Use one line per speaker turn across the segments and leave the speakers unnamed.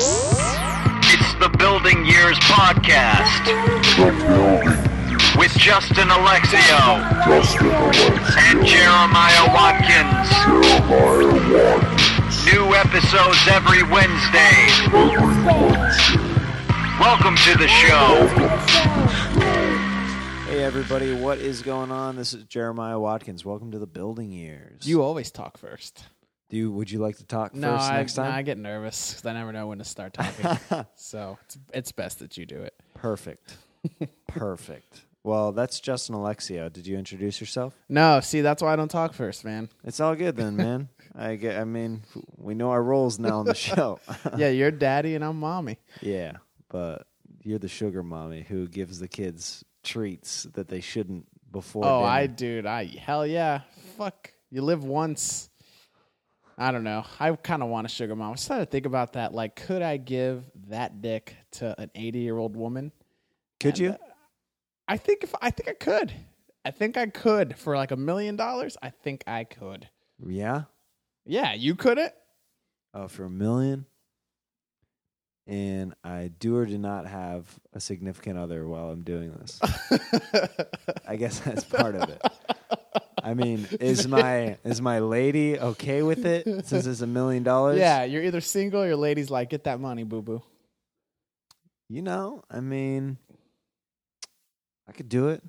It's the Building Years Podcast
The building,
with Justin Alexio
Justin Alexio,
and Jeremiah Watkins.
Jeremiah Watkins,
New episodes every Wednesday.
every Wednesday.
Welcome to the show.
Hey everybody, what is going on? This is Jeremiah Watkins. Welcome to the Building Years.
You always talk first.
do you, would you like to talk
no,
first
I,
next
no, I
time?
get nervous because I never know when to start talking. so it's, it's best that you do it.
Perfect. Perfect. Well, that's Justin Alexio. Did you introduce yourself?
No, see, that's why I don't talk first, man.
It's all good then, man. I get, I mean, we know our roles now on the show.
yeah, you're daddy and I'm mommy.
yeah, but you're the sugar mommy who gives the kids treats that they shouldn't before.
oh,
dinner.
I, dude, I, hell yeah. Fuck. You live once. I don't know. I kind of want a sugar mom. I started to think about that. Like, could I give that dick to an 80 year old woman?
could you?
I think if I think I could. I think I could for like a million dollars. I think I could.
yeah.
Yeah, you couldn't.
uh, for a million, and I do or do not have a significant other while I'm doing this. I guess that's part of it. I mean, is my is my lady okay with it since it's a million dollars?
Yeah, you're either single or your lady's like, get that money, boo boo.
You know, I mean, I could do it.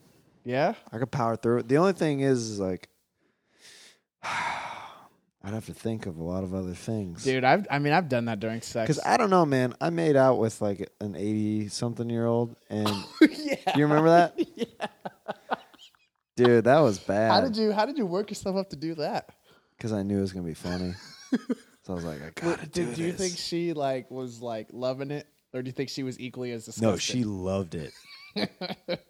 Yeah?
I could power through it. The only thing is, is like, I'd have to think of a lot of other things.
Dude, I've I mean I've done that during sex.
Because I don't know, man. I made out with like an 80 something year old. And
yeah.
do you remember that?
Yeah.
Dude, that was bad.
How did you how did you work yourself up to do that?
Because I knew it was going to be funny. so I was like, I gotta
Did
do,
do you
this.
think she like was like loving it? Or do you think she was equally as disgusted?
No, she loved it.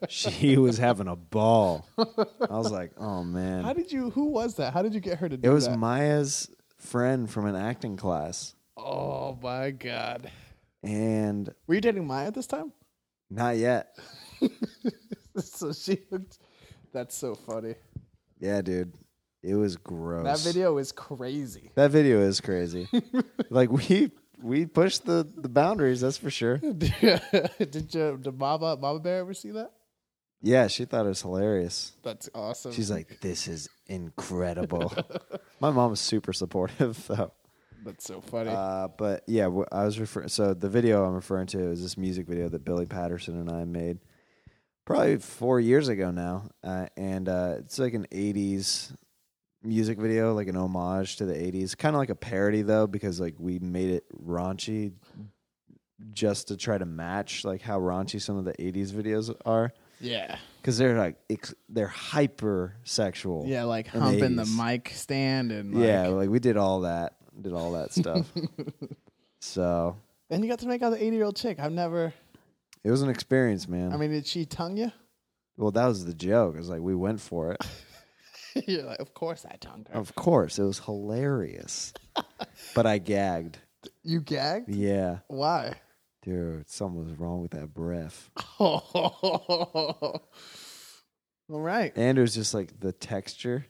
she was having a ball. I was like, oh, man.
How did you who was that? How did you get her to do
it was
that?
Maya's friend from an acting class.
oh my god.
And
Were you dating Maya at this time?
not yet.
so she looked that's so funny.
Yeah, dude. It was gross.
That video is crazy.
That video is crazy. like we we pushed the the boundaries, that's for sure.
did you did Mama Mama Bear ever see that?
Yeah, she thought it was hilarious.
That's awesome.
She's like, "This is incredible." My mom is super supportive, though.
That's so funny.
Uh, but yeah, wh- I was referring. So the video I'm referring to is this music video that Billy Patterson and I made probably four years ago now, uh, and uh, it's like an '80s music video, like an homage to the '80s, kind of like a parody though, because like we made it raunchy just to try to match like how raunchy some of the '80s videos are,
yeah.
because they're like ex- they're hyper sexual.
Yeah, like
in
humping the
80s.
mic stand and like,
yeah, like we did all that, did all that stuff. so
And you got to make out the eighty year old chick. I've never.
It was an experience, man.
I mean, did she tongue you?
well, that was the joke. It was like we went for it.
You're like, of course I tongued her.
of course, it was hilarious. but I gagged.
You gagged?
Yeah,
Why?
dude, something was wrong with that breath.
All right.
And it was just like the texture.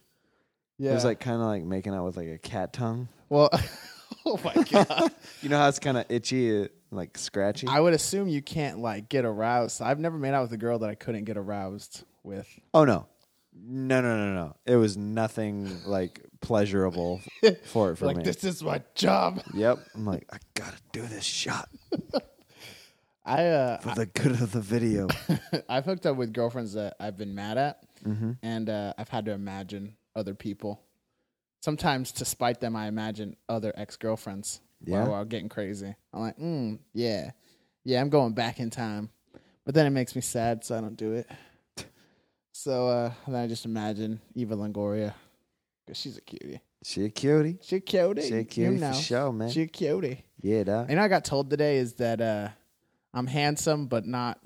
Yeah.
It was like kind of like making out with like a cat tongue.
well, oh my god.
You know how it's kind of itchy, uh, like scratchy.
I would assume you can't like get aroused. I've never made out with a girl that I couldn't get aroused with.
oh no, no, no, no, no! It was nothing like pleasurable for it for
like
me.
this is my job.
Yep, I'm like I gotta do this shot
I uh,
for the good of the video.
I've hooked up with girlfriends that I've been mad at,
Mm-hmm.
and uh, I've had to imagine other people. Sometimes, to spite them, I imagine other ex girlfriends.
Yeah.
while, while getting crazy. I'm like, mm, yeah, yeah, I'm going back in time, but then it makes me sad, so I don't do it. So uh, then I just imagine Eva Longoria, 'cause she's a cutie.
She a cutie.
She a cutie.
She a
you
cutie for
know.
sure, man.
She a cutie.
Yeah, that.
You know, I got told today is that uh, I'm handsome, but not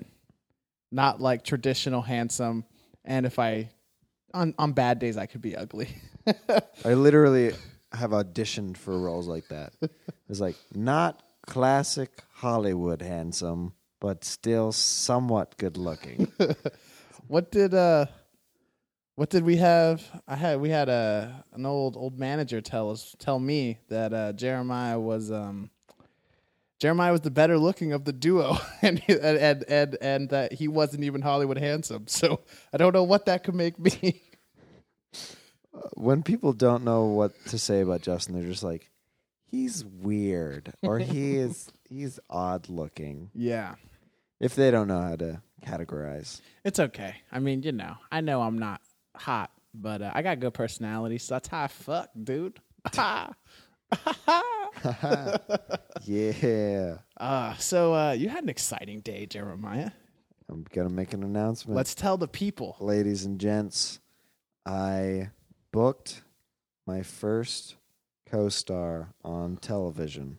not like traditional handsome. And if I on on bad days, I could be ugly.
I literally have auditioned for roles like that. It's like not classic Hollywood handsome, but still somewhat good looking.
what did uh, what did we have? I had we had a an uh, old old manager tell us tell me that uh, Jeremiah was um. Jeremiah was the better looking of the duo, and he- and and and, and that he wasn't even Hollywood handsome. So I don't know what that could make me.
When people don't know what to say about Justin, they're just like, he's weird or he is he's odd looking.
yeah,
If they don't know how to categorize,
it's okay. I mean, you know, I know I'm not hot, but uh, I got good personality, so that's how I fuck, dude. Uh,
yeah,
uh, so uh, you had an exciting day, Jeremiah.
I'm gonna make an announcement,
Let's tell the people.
ladies and gents. I booked my first co-star on television.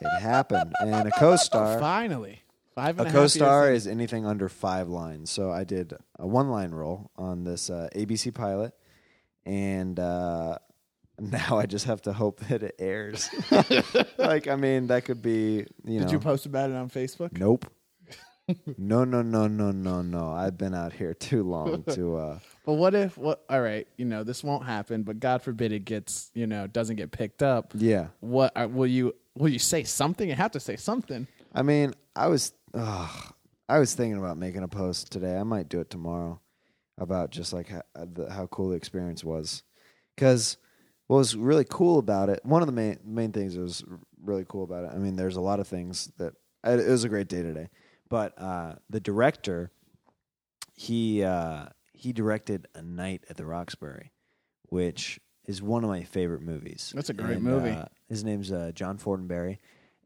It happened, and a co-star.
Finally, five and
a
half years
co-star
in.
is anything under five lines. So I did a one-line role on this uh, ABC pilot, and uh, now I just have to hope that it airs. like, I mean, that could be you know.
Did you post about it on Facebook?
nope. no, no, no, no, no, no. I've been out here too long to. Uh,
But what if what all right, you know, this won't happen, but God forbid it gets, you know, doesn't get picked up.
yeah,
What are, will you will you say something? You have to say something.
I mean, I was, ugh, I was thinking about making a post today. I might do it tomorrow about just like how, the, how cool the experience was. Because what was really cool about it, one of the main main things that was really cool about it. I mean, there's a lot of things that it, it was a great day today, but uh, the director, he uh, he directed A Night at the Roxbury, which is one of my favorite movies.
That's a great movie.
uh, his name's uh, John Fortenberry,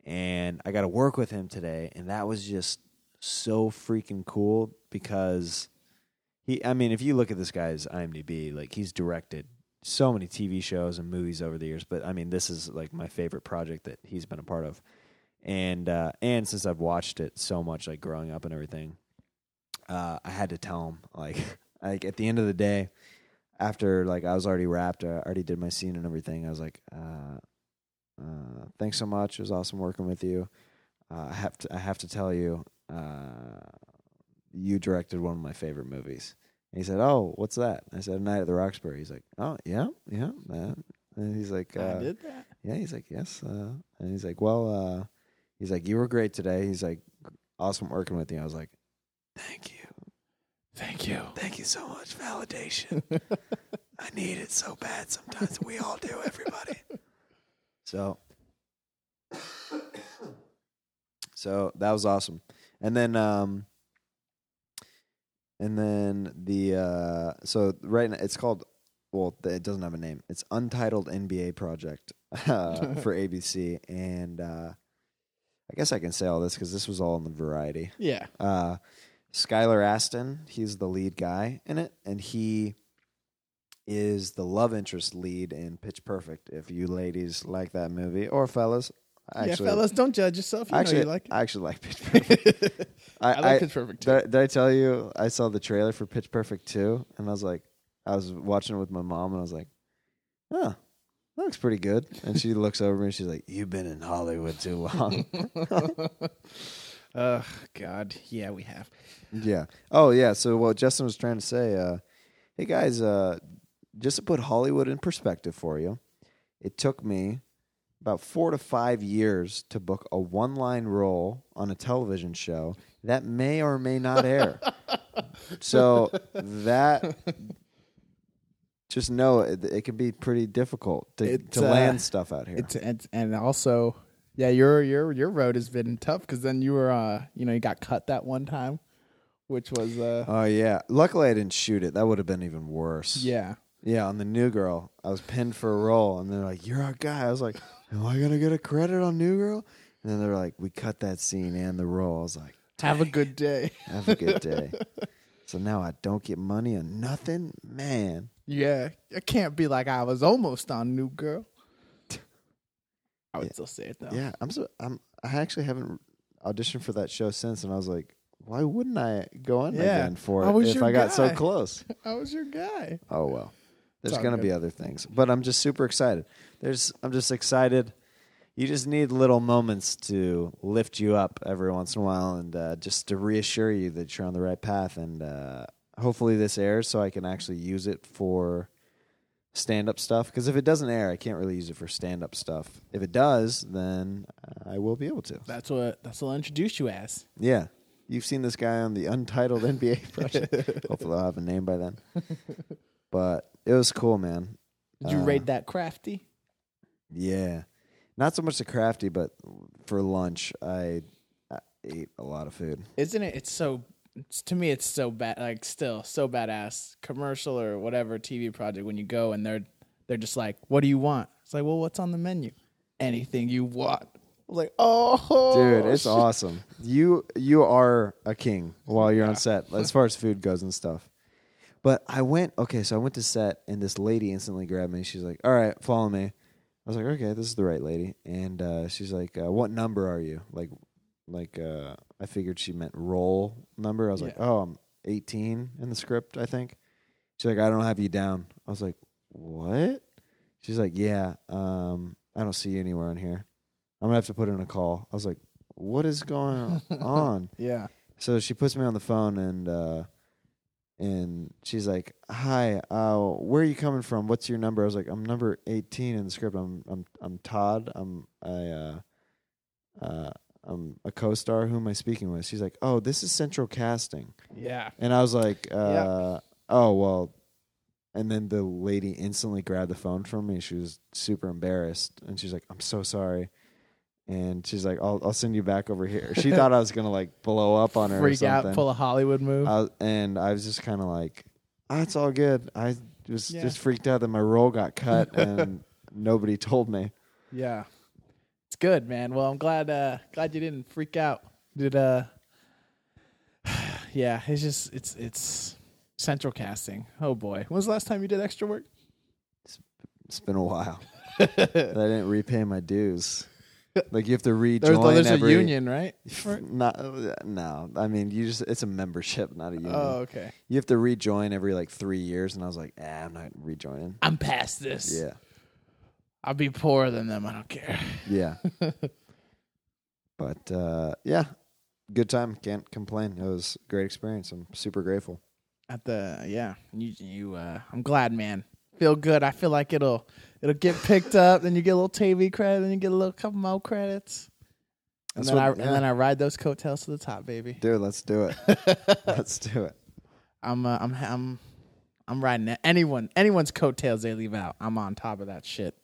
and I got to work with him today, and that was just so freaking cool because he i mean if you look at this guy's imdb like he's directed so many tv shows and movies over the years but i mean this is like my favorite project that he's been a part of and uh and since i've watched it so much like growing up and everything uh i had to tell him like like at the end of the day after like i was already wrapped i already did my scene and everything i was like uh uh thanks so much it was awesome working with you uh, i have to i have to tell you uh you directed one of my favorite movies. And he said, Oh, what's that? I said, A Night at the Roxbury. He's like, Oh, yeah, yeah. That. And he's like, uh,
I did that.
yeah, he's like, yes. Uh, and he's like, well, uh, he's like, you were great today. He's like, awesome working with you. I was like, thank you.
Thank you.
Thank you so much. Validation. I need it so bad sometimes. We all do, everybody. So, so that was awesome. And then, um, and then the, uh, so right now it's called, well, th- it doesn't have a name. It's Untitled NBA Project uh, for ABC. And, uh, I guess I can say all this because this was all in the variety
Yeah.
uh, Skylar Aston. He's the lead guy in it, and he is the love interest lead in Pitch Perfect. If you ladies like that movie, or fellas, actually,
yeah, fellas, don't judge yourself. You
actually,
know you like it.
I actually like Pitch Perfect. I,
I like Pitch Perfect, too.
Did, I- did I tell you I saw the trailer for Pitch Perfect two, and I was like, I was watching it with my mom, and I was like, huh. That looks pretty good. And she looks over at me and she's like, You've been in Hollywood too long.
Oh God. Yeah, we have.
Yeah. Oh, yeah. So what Justin was trying to say, uh, hey guys, uh, just to put Hollywood in perspective for you, it took me about four to five years to book a one-line role on a television show that may or may not air. so that just know it, it can be pretty difficult to,
It's,
to
uh,
land stuff out here.
It's, and and also, yeah, your your your road has been tough because then you were uh you know you got cut that one time, which was uh
Oh yeah. Luckily, I didn't shoot it. That would have been even worse.
yeah
Yeah, on the new girl, I was pinned for a role, and they're like, "You're our guy." I was like, "Am I gonna get a credit on New Girl?" And then they're like, "We cut that scene and the role." I was like,
have a good day.
"Have a good day." so now I don't get money or nothing, man.
Yeah, it can't be like I was almost on New Girl. I would still say it though.
Yeah, I'm so I'm. I actually haven't auditioned for that show since, and I was like, "Why wouldn't I go in
Yeah,
again for
I
it
was
if
your
I got so
guy."
close?"
I was your guy.
Oh well. There's
all
gonna
good.
be other things. But I'm just super excited. There's I'm just excited. You just need little moments to lift you up every once in a while and uh, just to reassure you that you're on the right path and uh, hopefully this airs so I can actually use it for stand up stuff because if it doesn't air I can't really use it for stand up stuff. If it does, then uh, I will be able to.
That's what that's what I'll introduce you as.
Yeah. You've seen this guy on the untitled NBA project. Hopefully, I'll have a name by then. But it was cool, man.
Did you
Uh,
raid that crafty?
Yeah. Not so much the crafty, but for lunch, I, I ate a lot of food.
Isn't it? It's so. It's, to me, it's so bad. Like still so badass commercial or whatever TV project when you go and they're they're just like, "What do you want?" It's like, "Well, what's on the menu? Anything you want." I'm like, "Oh,
Dude, it's
shit."
awesome. You you are a king while you're on set as far as food goes and stuff. But I went okay, so I went to set and this lady instantly grabbed me. She's like, "All right, follow me." I was like, "Okay, this is the right lady." And uh, she's like, uh, "What number are you?" Like, like uh, I figured she meant roll number. I was like, "Oh, I'm 18 in the script, I think." She's like, "I don't have you down." I was like, "What?" She's like, "Yeah, um, I don't see you anywhere on here. I'm gonna have to put in a call." I was like, "What is going on?"
Yeah,
So she puts me on the phone and uh, and she's like, "Hi, uh, where are you coming from? What's your number?" I was like, "I'm number 18 in the script. I'm I'm I'm Todd. I'm I uh, uh, I'm a co-star. Who am I speaking with?" She's like, "Oh, this is Central Casting,"
yeah.
and I was like, uh, "Oh well." And then the lady instantly grabbed the phone from me. She was super embarrassed, and she's like, "I'm so sorry." And she's like, "I'll I'll send you back over here." She thought I was gonna like blow up on her, or
Freak
something. Uh,
out, pull a Hollywood move.
I was- and I was just kind of like, "Ah, "It's all good." I was
Yeah.
just freaked out that my role got cut and nobody told me.
yeah, it's good, man. Well, I'm glad. Uh, glad you didn't freak out. Did uh, yeah. It's just it's it's central casting. Oh boy, when was the last time you did extra work?
It's been a while. that I didn't repay my dues. Like you have to rejoin
There's, there's
every
a union, right?
Not no. I mean, you just it's a membership, not a union.
Oh, okay.
You have to rejoin every like three years, and I was like, "Ah, I'm not rejoining."
I'm past this.
Yeah,
I'll be poorer than them. I don't care.
yeah. but uh, yeah, good time. Can't complain. It was a great experience. I'm super grateful.
At the yeah, you you. Uh, I'm glad, man. Feel good. I feel like it'll it'll get picked up. Then you get a little TV credit. Then you get a little couple more credits. And
That's
then
what-
I
yeah.
and then I ride those coattails to the top, baby.
Dude, let's do it. let's do it.
I'm uh, I'm I'm I'm riding it. anyone anyone's coattails they leave out. I'm on top of that shit.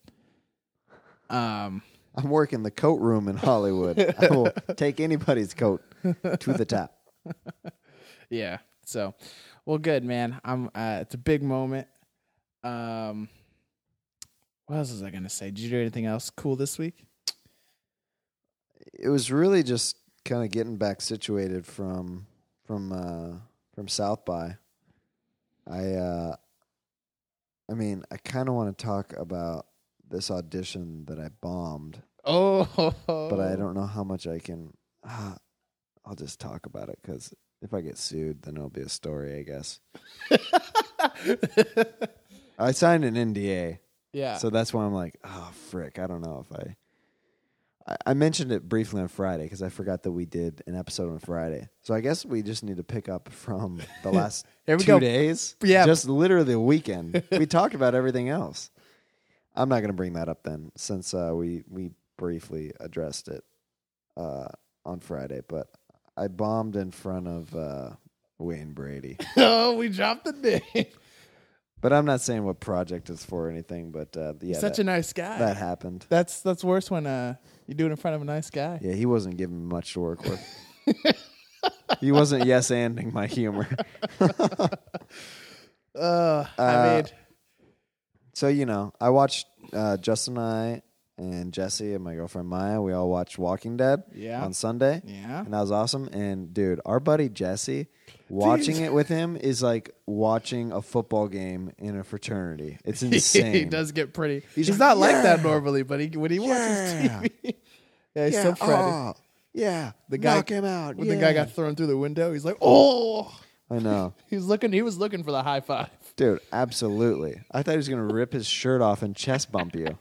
Um.
I'm working the coat room in Hollywood. I will take anybody's coat to the top.
Yeah. So, well, good man. I'm. Uh, it's a big moment. Um, what else was I gonna say? Did you do anything else cool this week?
It was really just kind of getting back situated from from uh, from South by. I uh, I mean, I kind of want to talk about this audition that I bombed,
Oh,
but I don't know how much I can. Ah, I'll just talk about it because if I get sued, then it'll be a story, I guess. I signed an NDA.
yeah.
So that's why I'm like, oh frick, I don't know if I. I, I mentioned it briefly on Friday because I forgot that we did an episode on Friday. So I guess we just need to pick up from the last
Here we
two
go.
days.
Yeah.
just literally a weekend. we talked about everything else. I'm not going to bring that up then, since uh, we we briefly addressed it uh, on Friday. But I bombed in front of uh, Wayne Brady.
oh, we dropped the name.
But I'm not saying what project it's for or anything. But uh, yeah, that-
Such a nice guy.
that happened.
that's that's worse when uh you do it in front of a nice guy.
Yeah, he wasn't giving me much to work with. he wasn't yes anding my humor.
Uh, I
Uh,
mean,
So, you know, I watched uh, Justin and I and Jesse and my girlfriend Maya. We all watched Walking Dead
Yeah.
on Sunday.
Yeah.
And that was awesome. And dude, our buddy Jesse, watching it with him is like watching a football game in a fraternity. It's insane.
he does get pretty. He's,
He's like,
not like that
"Yeah.
normally, but he when he
Yeah.
watches TV, yeah, he's so Freddy.
oh, yeah.
The guy-
knock him out.
When the guy
yeah.
got thrown through the window, he's like, oh.
I know.
He's looking. He was looking for the high five.
Dude, absolutely. I thought he was gonna rip his shirt off and chest bump you.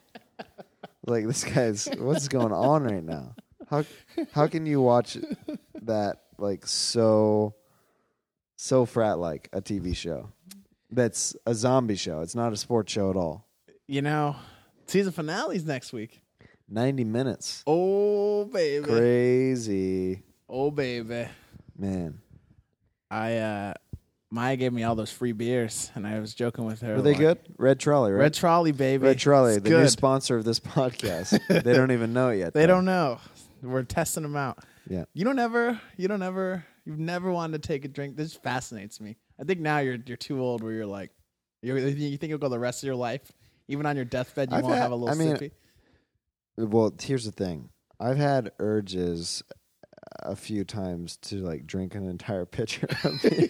Like this guy's what's going on right now? How how can you watch that like so so frat like a TV show? That's a zombie show. It's not a sports show at all.
You know, season finale's next week.
Ninety minutes.
Oh Oh baby.
Crazy.
Oh baby.
Man.
I uh Maya gave me all those free beers and I was joking with her.
Were they
like,
good? Red Trolley, right?
Red Trolley, baby.
Red Trolley,
It's
the new
good.
sponsor of this podcast. they don't even know it yet.
They
though.
don't know. We're testing them out.
Yeah.
You don't ever you don't ever you've never wanted to take a drink. This fascinates me. I think now you're you're too old where you're like you you think you'll go the rest of your life even on your deathbed you
I've
won't
had-
have a little
I mean,
sippy.
Well, here's the thing. I've had urges a few times to like drink an entire pitcher of beer,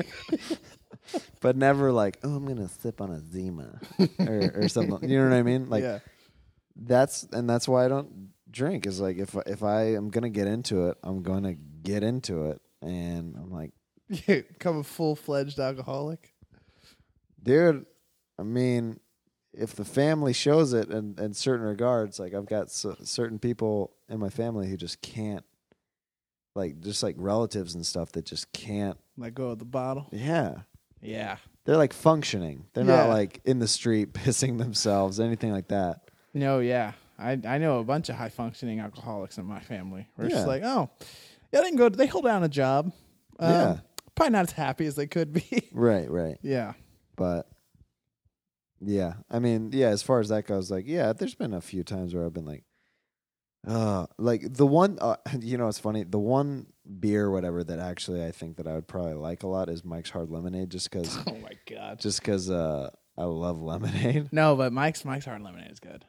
but never like, oh, I'm gonna sip on a Zima or, or something. You know what I mean? Like
yeah.
that's and that's why I don't drink. Is like if if I am gonna get into it, I'm gonna get into it, and I'm like,
You become a full fledged alcoholic.
dude. I mean, if the family shows it in, in certain regards, like I've got c- certain people in my family who just can't, like, just like relatives and stuff that just can't.
Let go of the bottle.
Yeah.
Yeah.
They're like functioning. They're not
Yeah.
like in the street pissing themselves, anything like that.
No, yeah. I I know a bunch of high functioning alcoholics in my family. We're
Yeah.
just like, oh, yeah, they can go. They hold down a job. Um,
Yeah.
Probably not as happy as they could be.
Right, right.
yeah.
But yeah, I mean, yeah, as far as that goes, like, yeah, there's been a few times where I've been like, uh, like the one, uh, you know, it's funny. The one beer, whatever, that actually I think that I would probably like a lot is Mike's Hard Lemonade, just because,
Oh my god.
just because, uh, I love lemonade.
No, but Mike's Mike's hard lemonade is good.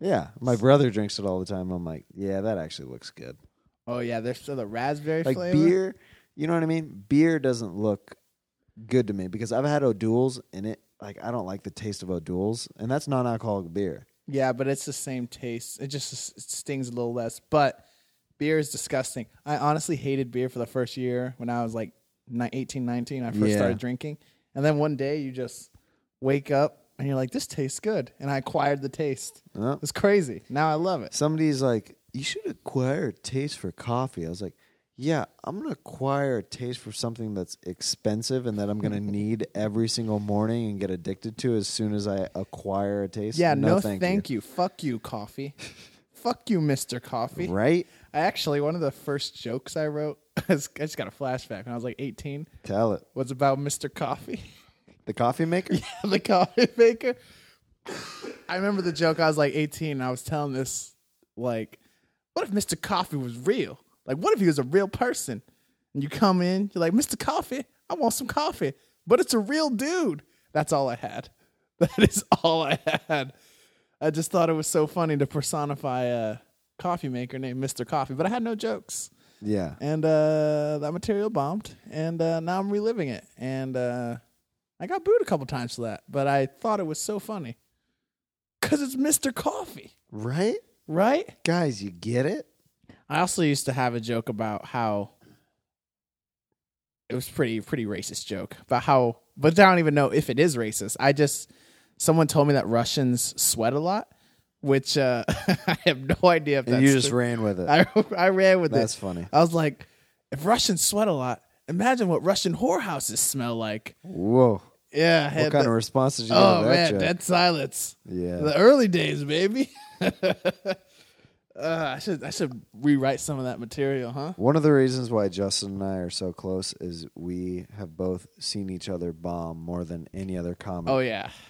Yeah, my brother drinks it all the time. I'm like, yeah, that actually looks good.
Oh yeah, there's still the raspberry
Like
flavor.
beer, you know what I mean? Beer doesn't look good to me because I've had O'Doul's and it, like, I don't like the taste of O'Doul's, and that's non-alcoholic beer.
Yeah, but it's the same taste. It just s- it stings a little less. But beer is disgusting. I honestly hated beer for the first year when I was like ni- 18, 19. I first
Yeah.
started drinking. And then one day you just wake up and you're like, this tastes good. And I acquired the taste.
Oh.
It's crazy. Now I love it.
somebody's like, you should acquire a taste for coffee. I was like, yeah, I'm gonna acquire a taste for something that's expensive and that I'm gonna need every single morning and get addicted to as soon as I acquire a taste.
Yeah, no, thank, you. Fuck you, coffee. Fuck you, Mr. Coffee.
Right?
I actually, one of the first jokes I wrote, I just got a flashback when I was like 18,
Tell it.
was about Mr. Coffee.
The coffee maker?
the coffee maker. I remember the joke. I was like 18. And I was telling this, like, what if Mr. Coffee was real? Like, what if he was a real person? And you come in, you're like, Mr. Coffee, I want some coffee, but it's a real dude. That's all I had. That is all I had. I just thought it was so funny to personify a coffee maker named Mr. Coffee, but I had no jokes
Yeah.
and uh, that material bombed, and uh, now I'm reliving it. And uh, I got booed a couple times for that, but I thought it was so funny because it's Mr. Coffee,
Right?
right?
Guys, you get it?
I also used to have a joke about how it was pretty pretty racist joke about how, but I don't even know if it is racist. I just someone told me that Russians sweat a lot, which uh, I have no idea if that's
and you just
true.
ran with it.
I, I ran with
That's
it.
funny.
I was like, if Russians sweat a lot, imagine what Russian whorehouses smell like.
Whoa.
Yeah. I had
What kind
the-
of response did you get
oh
to that
man,
joke?
dead silence.
Yeah.
The early days, baby. uh, I should I should rewrite some of that material, huh?
One of the reasons why Justin and I are so close is we have both seen each other bomb more than any other comic.
Oh yeah.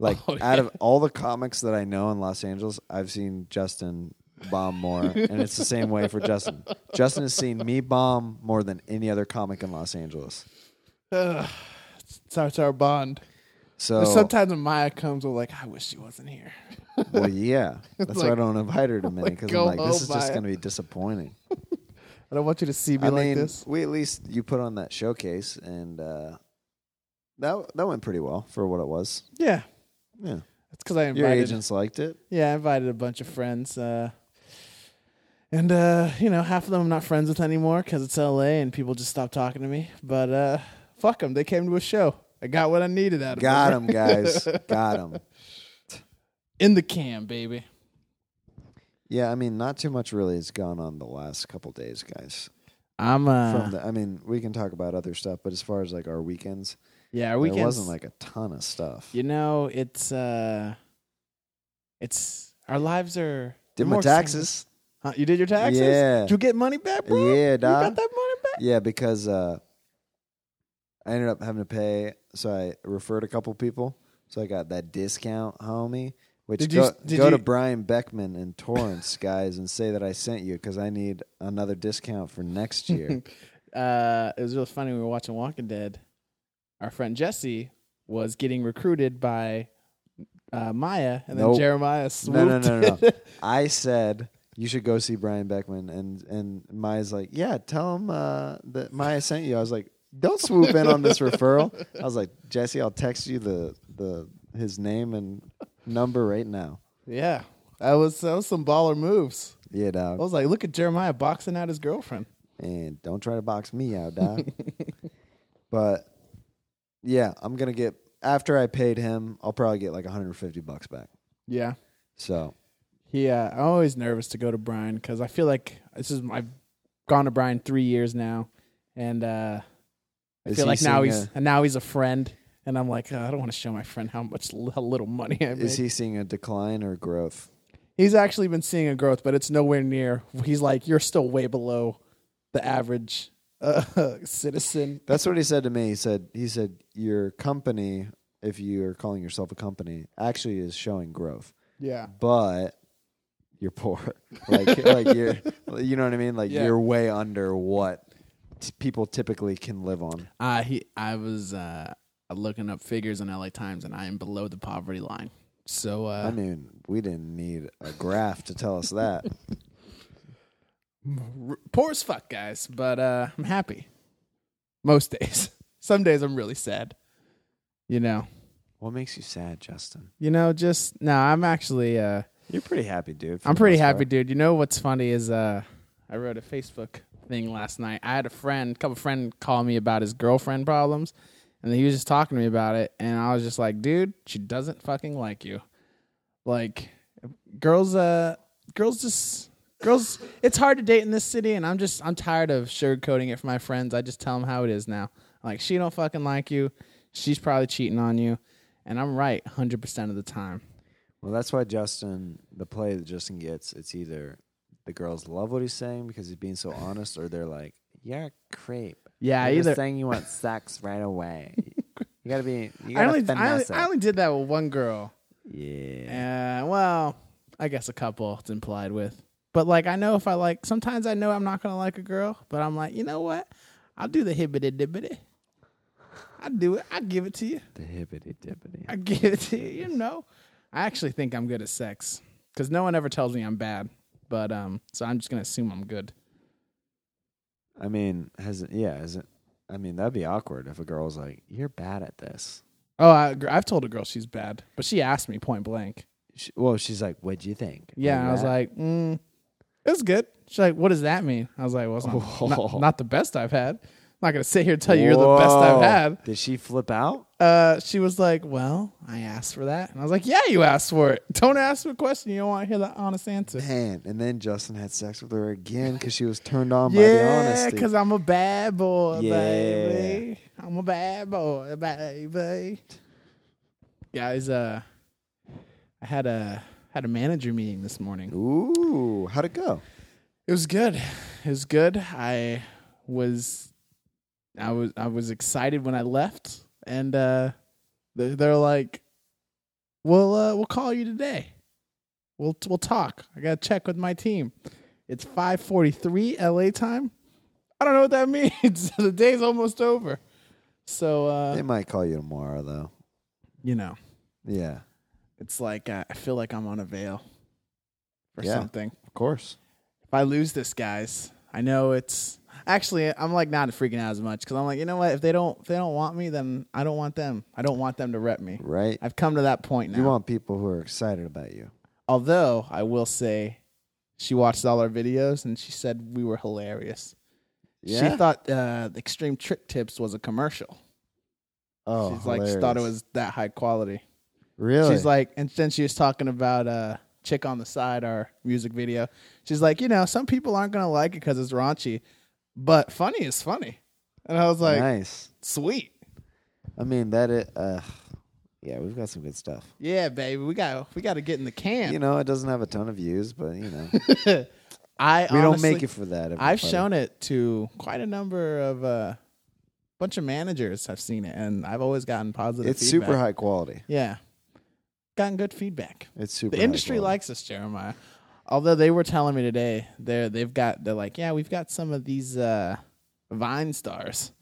Like
Oh,
out of all the comics that I know in Los Angeles, I've seen Justin bomb more, and it's the same way for Justin. Justin has seen me bomb more than any other comic in Los Angeles.
Ugh. It's our, it's our bond.
So
But sometimes when Maya comes, we're like, I wish she wasn't here.
well, yeah, that's why I
like- oh
don't invite her to many because
go
I'm like, this
home,
is just
Maya.
going to be disappointing.
I don't want you to see
I
me like
mean,
this.
we at least you put on that showcase, and uh, that that went pretty well for what it was.
Yeah.
Yeah,
That's because I
your
invited
agents liked it.
Yeah, I invited a bunch of friends. Uh, and, uh, you know, half of them I'm not friends with anymore because it's LA and people just stop talking to me. But uh, fuck them. They came to a show. I got what I needed out of
Got
them.
him, guys. Got him.
In the can, baby.
Yeah, I mean, not too much really has gone on the last couple days, guys.
I'm, uh,
From the, I mean, we can talk about other stuff, but as far as like our weekends,
yeah, our
it
weekends.
wasn't like a ton of stuff.
you know, it's, uh, it's, our lives are.
Did
more
my
exciting.
taxes?
Huh, you did your taxes?
Yeah.
Did you get money back, bro?
Yeah,
You
dog.
got that money back?
Yeah, because uh, I ended up having to pay, so I referred a couple people, so I got that discount, homie. Which
Did you-
go,
did
go to
you-
Brian Beckman in Torrance, guys, and say that I sent you because I need another discount for next year.
uh, it was really funny. We were watching Walking Dead. Our friend Jesse was getting recruited by uh, Maya, and then
Nope.
Jeremiah swooped.
no, no, no, no.
in.
I said you should go see Brian Beckman, and and Maya's like, yeah, tell him uh, that Maya sent you. I was like, don't swoop in on this referral. I was like, Jesse, I'll text you the the his name and number right now.
yeah, that was that was some baller moves.
Yeah, dog.
I was like, look at Jeremiah boxing out his girlfriend.
and don't try to box me out, dog. but yeah, I'm gonna get after I paid him, I'll probably get like 150 bucks back.
Yeah,
So
he. Uh, I'm always nervous to go to Brian because I feel like this is I've gone to Brian three years now, and uh, I
Is
feel
he
like now
seeing
he's
a-
and now he's a friend, and I'm like, "Oh, I don't want to show my friend how much how little money I make.
is he seeing a decline or growth?
He's actually been seeing a growth, but it's nowhere near. He's like, you're still way below the average uh, citizen.
That's what he said to me. He said he said your company, if you are calling yourself a company, actually is showing growth,
Yeah.
but you're poor. like like you're you know what I mean? Like
Yeah.
you're way under what t- people typically can live on.
Uh, he. I was uh, looking up figures in LA Times, and I am below the poverty line. So,
I
uh,
mean, we didn't need a graph to tell us that.
r- poor as fuck, guys. But uh, I'm happy most days. Some days I'm really sad. You know.
What makes you sad, Justin?
You know. Just no. I'm actually. Uh,
You're pretty happy, dude. for
I'm
the
pretty
most
happy,
part.
dude. You know what's funny is uh, I wrote a Facebook thing last night. I had a friend, couple friend, call me about his girlfriend problems, and he was just talking to me about it, and I was just like, dude, she doesn't fucking like you. Like, girls, uh, girls just. Girls, it's hard to date in this city, and I'm just I'm tired of sugarcoating it for my friends. I just tell them how it is now. Like she don't fucking like you, she's probably cheating on you, and I'm right 100 percent of the time.
Well, that's why Justin, the play that Justin gets, it's either the girls love what he's saying because he's being so honest, or they're like, "You're a creep."
Yeah,
You're just
either
saying you want sex right away. You gotta be. You
I
gotta
only, I, only,
finesse
I
it.
only did that with one girl.
yeah.
Uh, well, I guess a couple it's implied with. But like, I know if I like, sometimes I know I'm not gonna like a girl, but I'm like, you know what? I'll do the hibbity dibbity. I do it. I give it to you.
The hibbity dibbity.
I give it to you. You know. I actually think I'm good at sex because no one ever tells me I'm bad. But um, so I'm just gonna assume I'm good.
I mean, has it? Yeah, is it? I mean, that'd be awkward if a girl's like, "You're bad at this."
Oh, I, I've told a girl she's bad, but she asked me point blank.
She, well, she's like, "What'd you think?"
Yeah, and I was
that?
like, mm, it's good. She's like, what does that mean? I was like, well, it's not,
Whoa.
not, not the best I've had. I'm not going to sit here and tell you you're the best I've
Whoa.
had.
Did she flip out?
Uh, she was like, well, I asked for that. And I was like, yeah, you asked for it. Don't ask for a question. You don't want to hear the honest answer.
Man, and then Justin had sex with her again because she was turned on by the
Yeah,
honesty.
because I'm a bad boy,
Yeah.
baby. I'm a bad boy, baby. Guys, uh, I had a had a manager meeting this morning.
Ooh, how'd it go?
It was good. It was good. I was, I was, I was excited when I left, and uh, they're, they're like, "We'll, uh, we'll call you today. We'll, we'll talk. I got to check with my team. It's five forty-three L.A. time. I don't know what that means. the day's almost over. So,
They
uh,
might call you tomorrow though.
you know,
Yeah,
it's like uh, I feel like I'm on a veil or
Yeah.
something.
of course.
if I lose this, guys, I know it's actually I'm like not freaking out as much because I'm like, you know what? If they don't, if they don't want me, then I don't want them. I don't want them to rep me.
Right?
I've come to that point now.
You want people who are excited about you.
Although I will say, she watched all our videos and she said we were hilarious.
Yeah.
She thought uh, the Extreme Trick Tips was a commercial.
oh,
She's like, she thought it
hilarious.
was that high quality.
really.
She's like, and then she was talking about uh, "Chick on the Side," our music video. She's like, you know, some people aren't gonna like it because it's raunchy, but funny is funny. And I was like,
nice.
sweet,
I mean, that it. Uh, yeah, we've got some good stuff.
yeah, baby, we got we got to get in the can.
You know, it doesn't have a ton of views, but you know,
I
we don't
honestly-
make it for that. everybody.
I've shown it to quite a number of uh, bunch of managers. I've seen it, and I've always gotten positive.
It's
feedback.
super high quality.
Yeah, gotten good feedback.
It's super.
The
high
industry
quality.
likes us, Jeremiah. Although they were telling me today, they're they've got they're like, yeah, we've got some of these uh, Vine stars,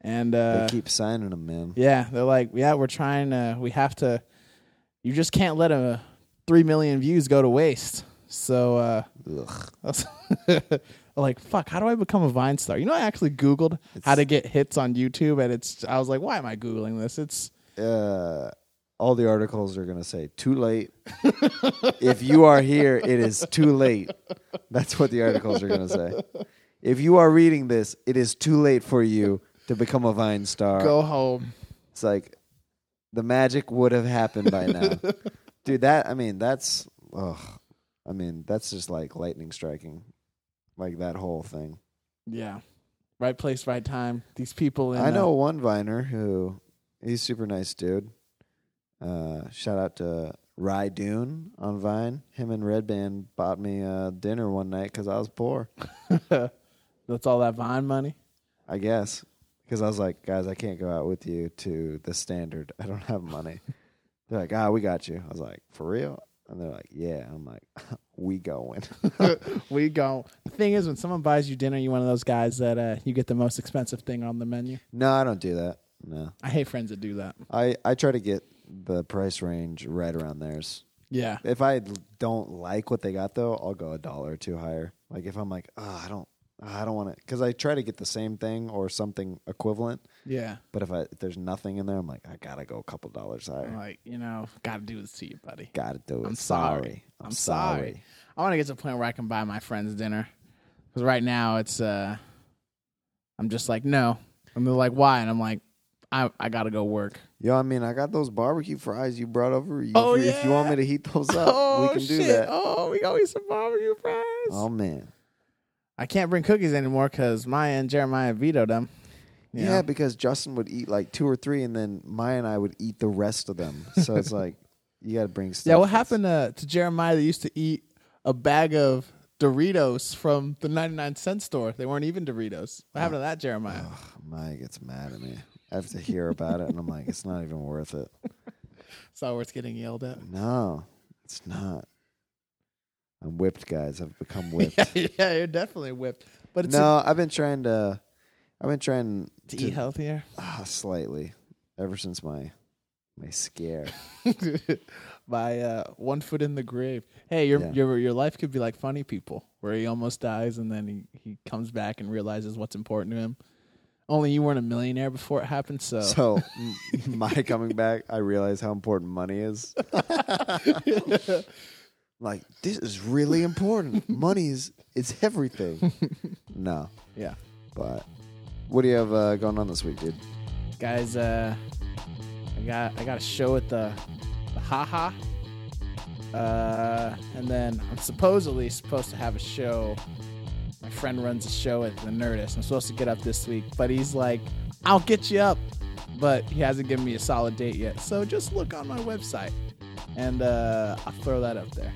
and uh,
they keep signing them, man.
yeah, they're like, yeah, we're trying to. We have to. You just can't let a three million views go to waste. So uh,
Ugh.
I was like, fuck, how do I become a Vine star? You know, I actually Googled how to get hits on YouTube, and it's, I was like, why am I Googling this? It's,
Uh, all the articles are gonna say too late. if you are here, it is too late. That's what the articles are gonna say. If you are reading this, it is too late for you to become a Vine star.
go home.
It's like the magic would have happened by now. Dude, that I mean, that's ugh. I mean, that's just like lightning striking. Like that whole thing.
Yeah. Right place, right time. These people in.
I know
uh,
one viner who he's a super nice dude. Uh shout out to Rye Dune on Vine. Him and Red Band bought me uh dinner one night cuz I was poor,
that's all that Vine money.
I guess. Cuz I was like, guys, I can't go out with you to the standard. I don't have money. They're like, "Ah, we got you." I was like, "For real?" And they're like, "Yeah." I'm like, "We going."
We go. The thing is, when someone buys you dinner, you're one of those guys that uh, you get the most expensive thing on the menu.
No, I don't do that. No,
I hate friends that do that.
I I try to get the price range right around theirs.
Yeah.
If I don't like what they got though, I'll go a dollar or two higher. Like if I'm like, oh, I don't, I don't want to, because I try to get the same thing or something equivalent.
Yeah.
But if I if there's nothing in there, I'm like, I gotta go a couple dollars higher.
I'm like, you know, gotta do this to you, buddy.
gotta do it.
I'm sorry. I'm, sorry. I want to get to a point where I can buy my friends dinner. Because right now it's, uh, I'm just like, no. And they're like, why? And I'm like, I, I got to go work.
Yo, I mean, I got those barbecue fries you brought over. You,
Oh,
if, you- if you
yeah.
want me to heat those up, we can do that. Oh.
Oh, we always some barbecue fries.
man.
I can't bring cookies anymore because Maya and Jeremiah vetoed them. You
Yeah.
know?
because Justin would eat like two or three, and then Maya and I would eat the rest of them. So it's like you got to bring stuff.
Yeah, what
that's-
happened to, to Jeremiah that used to eat a bag of Doritos from the 99 cent store? They weren't even Doritos. What happened to that, Jeremiah?
Ugh, Maya gets mad at me. I have to hear about it, and I'm like, it's not even worth it.
So it's getting yelled at.
No, it's not. I'm whipped, guys. I've become whipped.
yeah, you're definitely whipped. But it's
no, I've been trying to. I've been trying
to eat healthier.
ah, slightly ever since my my scare.
by uh, one foot in the grave. Hey, your
Yeah.
your your life could be like funny people, where he almost dies and then he, he comes back and realizes what's important to him. Only you weren't a millionaire before it happened, so,
So m- my coming back, I realize how important money is. like this is really important. Money is it's everything. no,
yeah,
but what do you have uh, going on this week, dude?
guys. Uh, I got I got a show at the, the haha, uh, and then I'm supposedly supposed to have a show. My friend runs a show at the Nerdist. I'm supposed to get up this week, but he's like, "I'll get you up," but he hasn't given me a solid date yet. So just look on my website, and uh, I'll throw that up there.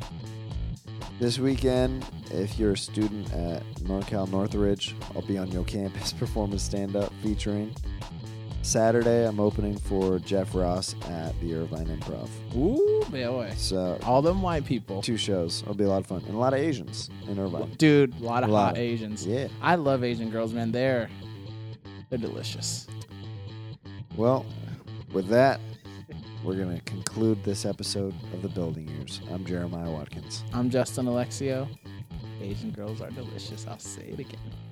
This weekend, if you're a student at NorCal Northridge, I'll be on your campus performing stand up featuring. Saturday, I'm opening for Jeff Ross at the Irvine Improv.
Ooh boy,
So,
all them white people,
two shows. It'll be a lot of fun. And a lot of Asians in Irvine.
dude. A lot of
A lot
hot
of-
Asians.
Yeah.
I love Asian girls, man. They're they're delicious.
Well, with that, we're going to conclude this episode of The Building Years. I'm Jeremiah Watkins.
I'm Justin Alexio. Asian girls are delicious. I'll say it again.